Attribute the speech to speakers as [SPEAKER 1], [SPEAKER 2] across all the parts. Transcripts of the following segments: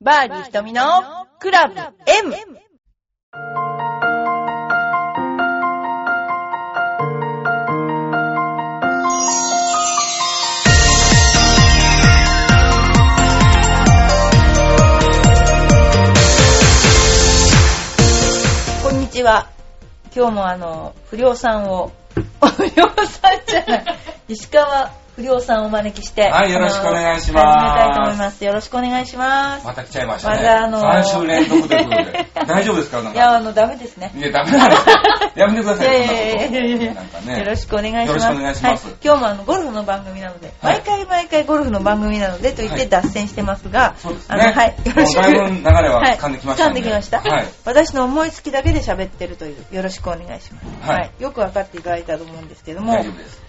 [SPEAKER 1] バーディー瞳のクラブ M! こんにちは。今日もあの、不良さんを、 不良さんじゃない、石川不良さんをお招きして、
[SPEAKER 2] はいよろしくお願いします
[SPEAKER 1] あの始めたいと思います。よろしくお願いします。
[SPEAKER 2] また来ちゃいました
[SPEAKER 1] ま
[SPEAKER 2] ね。
[SPEAKER 1] たあのー
[SPEAKER 2] 3週連続というこ とで。大丈夫ですかなん
[SPEAKER 1] いや、
[SPEAKER 2] か。
[SPEAKER 1] あの、ダメですね。
[SPEAKER 2] いや、ダメなんですよ。やめてくだ
[SPEAKER 1] い
[SPEAKER 2] さ
[SPEAKER 1] や
[SPEAKER 2] い、
[SPEAKER 1] い
[SPEAKER 2] そんな
[SPEAKER 1] やいやいやい
[SPEAKER 2] こと。
[SPEAKER 1] や
[SPEAKER 2] なんか
[SPEAKER 1] よろ
[SPEAKER 2] ね。
[SPEAKER 1] しくお願いします。
[SPEAKER 2] よろしくお願いします
[SPEAKER 1] はい、今日もあのゴルフの番組なので、
[SPEAKER 2] はい
[SPEAKER 1] 毎回毎回ゴルフの番組なのでと言っ
[SPEAKER 2] は
[SPEAKER 1] て
[SPEAKER 2] い
[SPEAKER 1] 脱線してますが、
[SPEAKER 2] そうです
[SPEAKER 1] あ
[SPEAKER 2] ね。
[SPEAKER 1] の、はい、よろしく。
[SPEAKER 2] もうだいぶ流れは
[SPEAKER 1] はい
[SPEAKER 2] 噛んできました
[SPEAKER 1] 噛んできました。
[SPEAKER 2] はい。
[SPEAKER 1] 私の思いつきだけで喋ってるという、よろしくお願いします。
[SPEAKER 2] はい
[SPEAKER 1] よくわかっていただいたと思うんですけども
[SPEAKER 2] 大丈、夫です。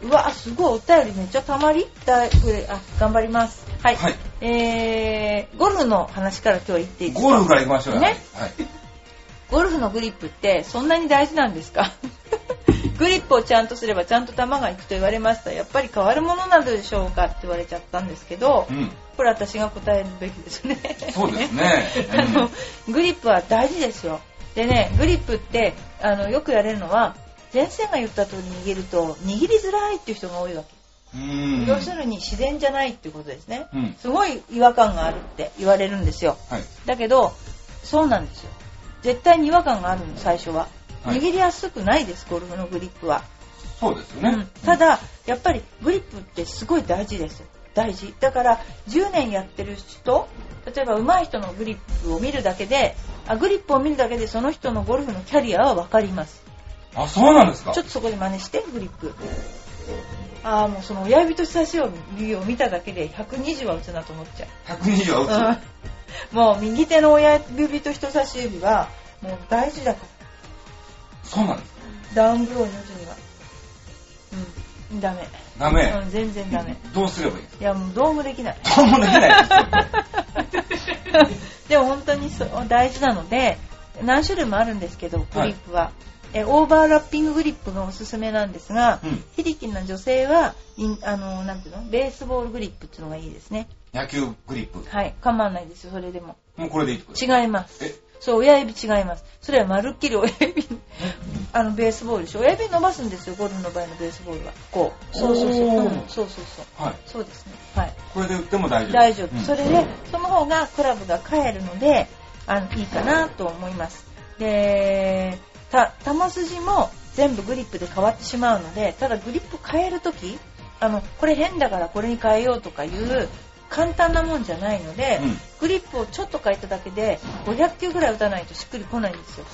[SPEAKER 1] うわ、すごい、お便りめっちゃたまりだいぶあ、頑張ります。はい。
[SPEAKER 2] はい
[SPEAKER 1] えー、ゴルフの話から今日言っていいですか
[SPEAKER 2] ゴルフから行きましょうよ。
[SPEAKER 1] ね
[SPEAKER 2] はい。
[SPEAKER 1] ゴルフのグリップってそんなに大事なんですか グリップをちゃんとすればちゃんと球が行くと言われましたやっぱり変わるものなのでしょうかって言われちゃったんですけど
[SPEAKER 2] うん。
[SPEAKER 1] これ私が答えるべきですね。
[SPEAKER 2] そうですね
[SPEAKER 1] あのグリップは大事ですよでねグリップってあのよくやれるのは前線が言った通り握ると握りづらいっていう人が多いわけ
[SPEAKER 2] うん。
[SPEAKER 1] 要するに自然じゃないっていうことですね
[SPEAKER 2] うん。うん。
[SPEAKER 1] すごい違和感があるって言われるんですよ
[SPEAKER 2] はい。
[SPEAKER 1] だけどそうなんですよ絶対に違和感があるの最初は、
[SPEAKER 2] はい
[SPEAKER 1] 握りやすくないですゴルフのグリップは、
[SPEAKER 2] そうですよ
[SPEAKER 1] う
[SPEAKER 2] ね
[SPEAKER 1] ん。ただやっぱりグリップってすごい大事です大事だから10年やってる人例えば上手い人のグリップを見るだけであグリップを見るだけでその人のゴルフのキャリアは分かります
[SPEAKER 2] あ、そうなんですか
[SPEAKER 1] ちょっとそこで真似してグリップああもうその親指と人差し指を見ただけで120は打つなと思っちゃう
[SPEAKER 2] ?120 は打つ。
[SPEAKER 1] うんもう右手の親指と人差し指はもう大事だから
[SPEAKER 2] そうなんですか
[SPEAKER 1] ダウンブローに打つにはうんダメ、
[SPEAKER 2] ダメ。
[SPEAKER 1] うん、全然ダメ
[SPEAKER 2] どうすればいいです
[SPEAKER 1] いやもうどうもできない
[SPEAKER 2] かどうもできないですよ。
[SPEAKER 1] でも本当にそう大事なので何種類もあるんですけどグリップは、えオーバーラッピンググリップがおすすめなんですが、
[SPEAKER 2] うん
[SPEAKER 1] 非力な女性はインあのなんていうのベースボールグリップっていうのがいいですね
[SPEAKER 2] 野球グリップ。
[SPEAKER 1] はい構わないですよそれでも
[SPEAKER 2] もうこれでいいってことです
[SPEAKER 1] 違います
[SPEAKER 2] え
[SPEAKER 1] そう、親指違います。それはまるっきり親指、あの、ベースボールでしょ。親指伸ばすんですよ、ゴルフの場合のベースボールは。こう。そうそうそう。
[SPEAKER 2] お
[SPEAKER 1] う
[SPEAKER 2] ー
[SPEAKER 1] んそうそうそう。
[SPEAKER 2] はい。
[SPEAKER 1] そうですね。はい。
[SPEAKER 2] これで打っても大丈夫。
[SPEAKER 1] 大丈夫。
[SPEAKER 2] うん
[SPEAKER 1] それで、その方がクラブが返るので、あの、いいかなと思います。で、た、球筋も全部グリップで変わってしまうので、ただグリップ変えるとき、あの、これ変だからこれに変えようとかいう、簡単なもんじゃないので、
[SPEAKER 2] うん
[SPEAKER 1] グリップをちょっと変えただけで500球ぐらい打たないとしっくりこないんですよ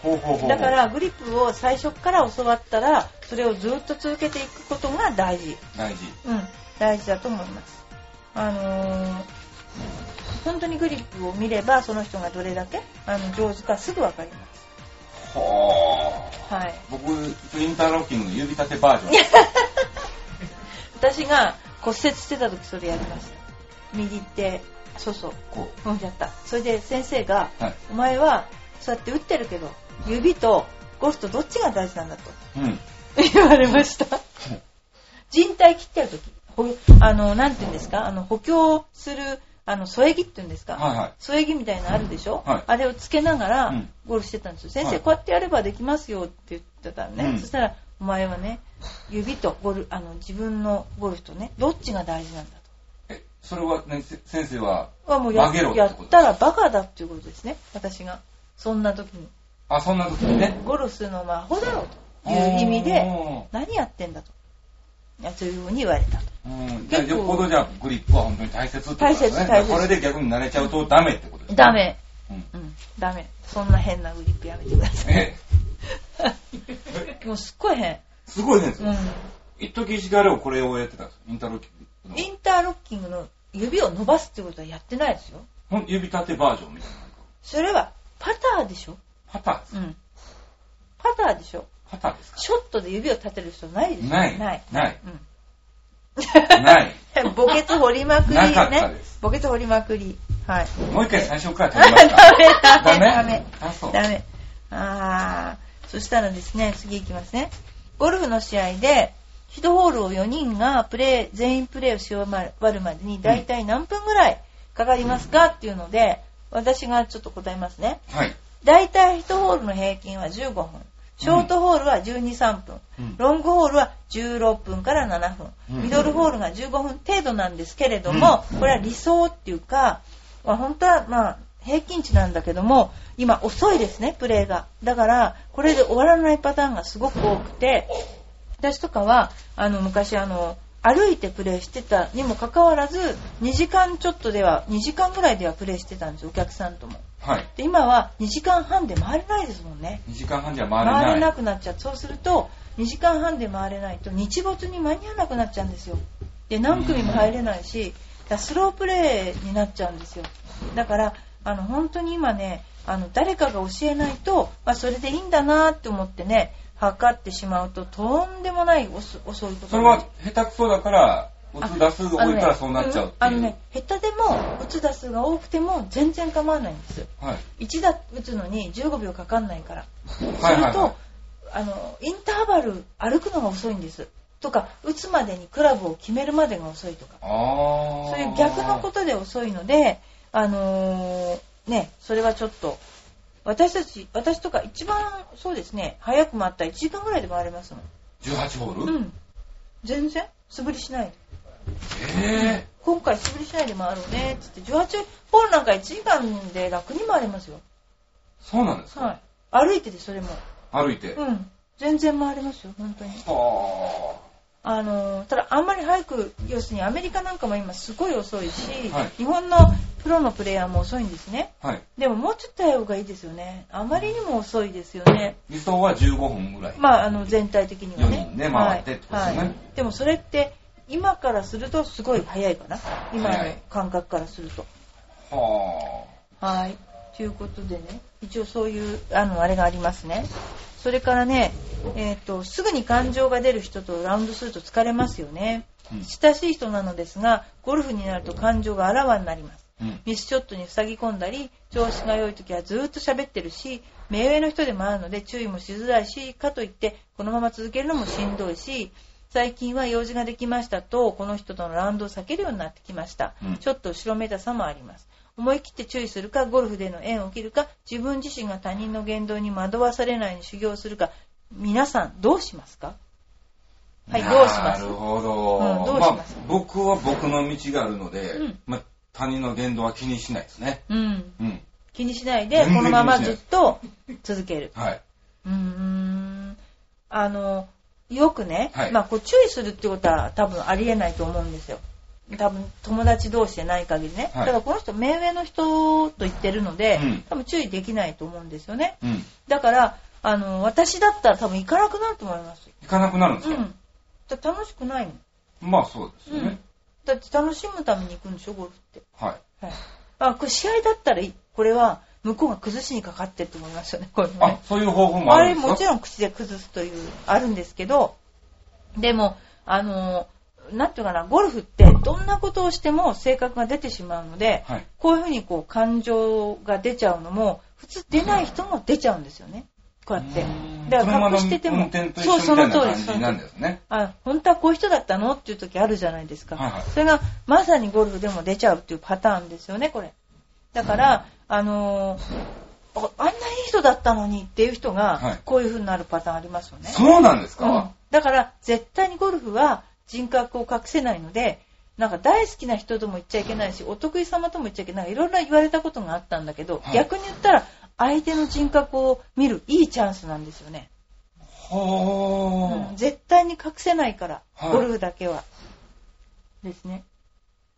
[SPEAKER 2] ほうほうほうほう
[SPEAKER 1] だからグリップを最初から教わったらそれをずっと続けていくことが大事
[SPEAKER 2] 大事
[SPEAKER 1] うん大事だと思いますあのー本当にグリップを見ればその人がどれだけあの上手かすぐ分かりま
[SPEAKER 2] はあ
[SPEAKER 1] すはい
[SPEAKER 2] 僕インターロッキングの指立てバージョン
[SPEAKER 1] 私が骨折してた時それやりました右手そうそう
[SPEAKER 2] こ
[SPEAKER 1] うんやったそれで先生が
[SPEAKER 2] うはい
[SPEAKER 1] お前はそうやって打ってるけど指とゴルフとどっちが大事なんだと
[SPEAKER 2] うん
[SPEAKER 1] 言われました人体切ってる時ほあのなんて言うんですかあの補強するあの添え木って言うんですか、
[SPEAKER 2] はいはい
[SPEAKER 1] 添え木みたいなのあるでしょ、
[SPEAKER 2] はい
[SPEAKER 1] あれをつけながら
[SPEAKER 2] うん
[SPEAKER 1] ゴルフしてたんですよ、先生、
[SPEAKER 2] はい
[SPEAKER 1] こうやってやればできますよって言ってたのね、
[SPEAKER 2] うん
[SPEAKER 1] そしたらお前はね指とゴルあの自分のゴルフとねどっちが大事なんだ
[SPEAKER 2] えそれはねせ先生は
[SPEAKER 1] とはもうや
[SPEAKER 2] 曲げろって
[SPEAKER 1] や
[SPEAKER 2] こと
[SPEAKER 1] ったらバカだっていうことですね私がそんな時に
[SPEAKER 2] あそんな時にね
[SPEAKER 1] ゴルフするの魔法だろという意味で
[SPEAKER 2] お
[SPEAKER 1] 何やってんだとやというように言われたと
[SPEAKER 2] ーうんじゃあ
[SPEAKER 1] 結構
[SPEAKER 2] よっぽどじゃあグリップは本当に大切ってことですね
[SPEAKER 1] 大切大切
[SPEAKER 2] これで逆に慣れちゃうとダメってことですね
[SPEAKER 1] ダメ
[SPEAKER 2] うん
[SPEAKER 1] うんダメそんな変なグリップやめてください
[SPEAKER 2] え
[SPEAKER 1] もうすっごい変
[SPEAKER 2] すごい変です
[SPEAKER 1] う
[SPEAKER 2] よ
[SPEAKER 1] ん
[SPEAKER 2] 一時石川遼これをやってたんですよインターロッキング
[SPEAKER 1] イ
[SPEAKER 2] の
[SPEAKER 1] ンターロッキングの指を伸ばすってことはやってないですよ
[SPEAKER 2] ほん指立てバージョンみたいななんか
[SPEAKER 1] それはパターでしょ
[SPEAKER 2] パターです
[SPEAKER 1] うんパターでしょ
[SPEAKER 2] パターですか
[SPEAKER 1] ショットで指を立てる人ないでしょ
[SPEAKER 2] ない
[SPEAKER 1] ない
[SPEAKER 2] ない
[SPEAKER 1] うん
[SPEAKER 2] ない
[SPEAKER 1] 墓穴掘りまくり
[SPEAKER 2] なかった
[SPEAKER 1] ね
[SPEAKER 2] です
[SPEAKER 1] 墓穴掘りまくりはい
[SPEAKER 2] もう一回最初から
[SPEAKER 1] ダ
[SPEAKER 2] 取ります か
[SPEAKER 1] メダメダ
[SPEAKER 2] ダ
[SPEAKER 1] メ
[SPEAKER 2] メあそう
[SPEAKER 1] ダメあーそしたらですね次いきますねゴルフの試合で1ホールを4人がプレー全員プレーをし終わるまでに大体何分ぐらいかかりますかっていうので、私がちょっと答えますね。
[SPEAKER 2] はい。
[SPEAKER 1] 大体1ホールの平均は15分。ショートホールは12、3分。
[SPEAKER 2] うん
[SPEAKER 1] ロングホールは16分から7分。
[SPEAKER 2] うん
[SPEAKER 1] ミドルホールが15分程度なんですけれども、これは理想っていうか、まあ、本当はまあ平均値なんだけども、今遅いですね、プレーが。だから、これで終わらないパターンがすごく多くて、私とかは、あの、昔あの、歩いてプレーしてたにもかかわらず、2時間ちょっとでは、2時間ぐらいではプレーしてたんですよ、お客さんとも。
[SPEAKER 2] はい。
[SPEAKER 1] で今は2時間半で回れないですもんね
[SPEAKER 2] 2時間半じゃ回
[SPEAKER 1] 回
[SPEAKER 2] れ
[SPEAKER 1] れ
[SPEAKER 2] ない。
[SPEAKER 1] なくなっちゃうそうすると2時間半で回れないと日没に間に合わなくなっちゃうんですよで何組も入れないしだからスロープレーになっちゃうんですよだからあの本当に今ねあの誰かが教えないと、まあ、それでいいんだなって思ってね測ってしまうととんでもない遅遅いこと
[SPEAKER 2] そ
[SPEAKER 1] に
[SPEAKER 2] れ
[SPEAKER 1] なっちゃう
[SPEAKER 2] は下手くそだから、おつ出数が多いからそうなっちゃうっていう。
[SPEAKER 1] あのね、うんあのね下手でも打つ打数が多くても全然構わないんです
[SPEAKER 2] はい。
[SPEAKER 1] 1打打つのに15秒かかんないからす
[SPEAKER 2] はい
[SPEAKER 1] る
[SPEAKER 2] はいは
[SPEAKER 1] とあのインターバル歩くのが遅いんですとか打つまでにクラブを決めるまでが遅いとか
[SPEAKER 2] ああ。
[SPEAKER 1] そういう逆のことで遅いのであのーねそれはちょっと私たち私とか一番そうですね早く回ったら1時間ぐらいで回れますも
[SPEAKER 2] と。18ホー
[SPEAKER 1] ん、
[SPEAKER 2] ル、
[SPEAKER 1] うん、全然素振りしない
[SPEAKER 2] え
[SPEAKER 1] 今回素振りしないで回ろうねっつって18ホールなんか1時間で楽に回れますよ
[SPEAKER 2] ー、そうなんですか、
[SPEAKER 1] はい歩いててそれも
[SPEAKER 2] 歩いて。は
[SPEAKER 1] うん全然回れますよ本当に
[SPEAKER 2] あ。
[SPEAKER 1] あのただあんまり早く要するにアメリカなんかも今すごい遅いし、
[SPEAKER 2] はい
[SPEAKER 1] 日本のプロのプレイヤーも遅いんですね
[SPEAKER 2] はい。
[SPEAKER 1] でももうちょっと早い方がいいですよねあまりにも遅いですよね
[SPEAKER 2] 理想は15分ぐらい。
[SPEAKER 1] まああの全体的には
[SPEAKER 2] 四
[SPEAKER 1] ね
[SPEAKER 2] 人ね回ってってことですね
[SPEAKER 1] はい、でもそれって今からするとすごい早いかな今
[SPEAKER 2] 早
[SPEAKER 1] の
[SPEAKER 2] い
[SPEAKER 1] 感覚からすると
[SPEAKER 2] は
[SPEAKER 1] はい。ということでね、一応そういう、あの、あれがありますね。それからね、えっ、と、すぐに感情が出る人とラウンドすると疲れますよね。
[SPEAKER 2] あ。うん
[SPEAKER 1] 親しい人なのですが、ゴルフになると感情があらわになります。
[SPEAKER 2] うん。
[SPEAKER 1] ミスショットに塞ぎ込んだり、調子が良い時はずーっと喋ってるし、目上の人でもあるので注意もしづらいし、かといってこのまま続けるのもしんどいし、最近は用事ができましたと、この人とのラウンドを避けるようになってきました。
[SPEAKER 2] うん
[SPEAKER 1] ちょっと後ろめたさもあります。思い切って注意するか、ゴルフでの縁を切るか、自分自身が他人の言動に惑わされないように修行するか、皆さんどうしますかはい、どうします
[SPEAKER 2] なるほど。
[SPEAKER 1] うんどうします
[SPEAKER 2] あ、僕は僕の道があるので、
[SPEAKER 1] うん
[SPEAKER 2] まあ、他人の言動は気にしないですね。
[SPEAKER 1] うん。
[SPEAKER 2] うん。
[SPEAKER 1] 気にしないで、
[SPEAKER 2] 全然
[SPEAKER 1] このまま
[SPEAKER 2] 気にし
[SPEAKER 1] ず
[SPEAKER 2] な
[SPEAKER 1] っ
[SPEAKER 2] い
[SPEAKER 1] と続ける。
[SPEAKER 2] はい。
[SPEAKER 1] うーんあの、よくね、
[SPEAKER 2] はい
[SPEAKER 1] まあ、こう注意するってことは多分ありえないと思うんですよ。多分友達同士でない限りね。
[SPEAKER 2] はい
[SPEAKER 1] だからこの人、目上の人と言ってるので、
[SPEAKER 2] うん
[SPEAKER 1] 多分注意できないと思うんですよね。
[SPEAKER 2] うん。
[SPEAKER 1] だから、あの、私だったら多分行かなくなると思いますよ。
[SPEAKER 2] 行かなくなるんです
[SPEAKER 1] う
[SPEAKER 2] か、
[SPEAKER 1] ん。だって楽しくないもん。
[SPEAKER 2] まあそうです
[SPEAKER 1] う
[SPEAKER 2] よ
[SPEAKER 1] ん
[SPEAKER 2] ね。。
[SPEAKER 1] だって楽しむために行くんでしょ、ゴルフって。
[SPEAKER 2] はい。
[SPEAKER 1] はい。あ、これ試合だったらいい、これは向こうが崩しにかかってると思いますよね、こういうのね
[SPEAKER 2] あ、そういう方法も
[SPEAKER 1] あ
[SPEAKER 2] ある
[SPEAKER 1] れ
[SPEAKER 2] んですか
[SPEAKER 1] もちろん口で崩すという、あるんですけど、でも、あの、なんていうかな、ゴルフってどんなことをしても性格が出てしまうので、
[SPEAKER 2] はい。
[SPEAKER 1] こういうふうにこう感情が出ちゃうのも、普通出ない人も出ちゃうんですよね。こうやって。だから隠してても、
[SPEAKER 2] 車の運転と一
[SPEAKER 1] そ
[SPEAKER 2] 緒
[SPEAKER 1] う、
[SPEAKER 2] み
[SPEAKER 1] そ
[SPEAKER 2] た
[SPEAKER 1] の通りで
[SPEAKER 2] いな感
[SPEAKER 1] す。
[SPEAKER 2] じなんですね。
[SPEAKER 1] あ、本当はこういう人だったのっていう時あるじゃないですか。
[SPEAKER 2] はいはい
[SPEAKER 1] それがまさにゴルフでも出ちゃうっていうパターンですよね、これ。だから、あのーああんないい人だったのにっていう人
[SPEAKER 2] は
[SPEAKER 1] が
[SPEAKER 2] い、
[SPEAKER 1] こういう風になるパターンありますよね。
[SPEAKER 2] そうなんです
[SPEAKER 1] うん
[SPEAKER 2] か、
[SPEAKER 1] だから、絶対にゴルフは人格を隠せないので、なんか大好きな人とも言っちゃいけないし、お得意様とも言っちゃいけない、いろんな言われたことがあったんだけど、
[SPEAKER 2] はい
[SPEAKER 1] 逆に言ったら、相手の人格を見るいいチャンスなんですよね。
[SPEAKER 2] ほ
[SPEAKER 1] うん
[SPEAKER 2] ー。
[SPEAKER 1] 絶対に隠せないから、
[SPEAKER 2] はい
[SPEAKER 1] ゴルフだけは。ですね。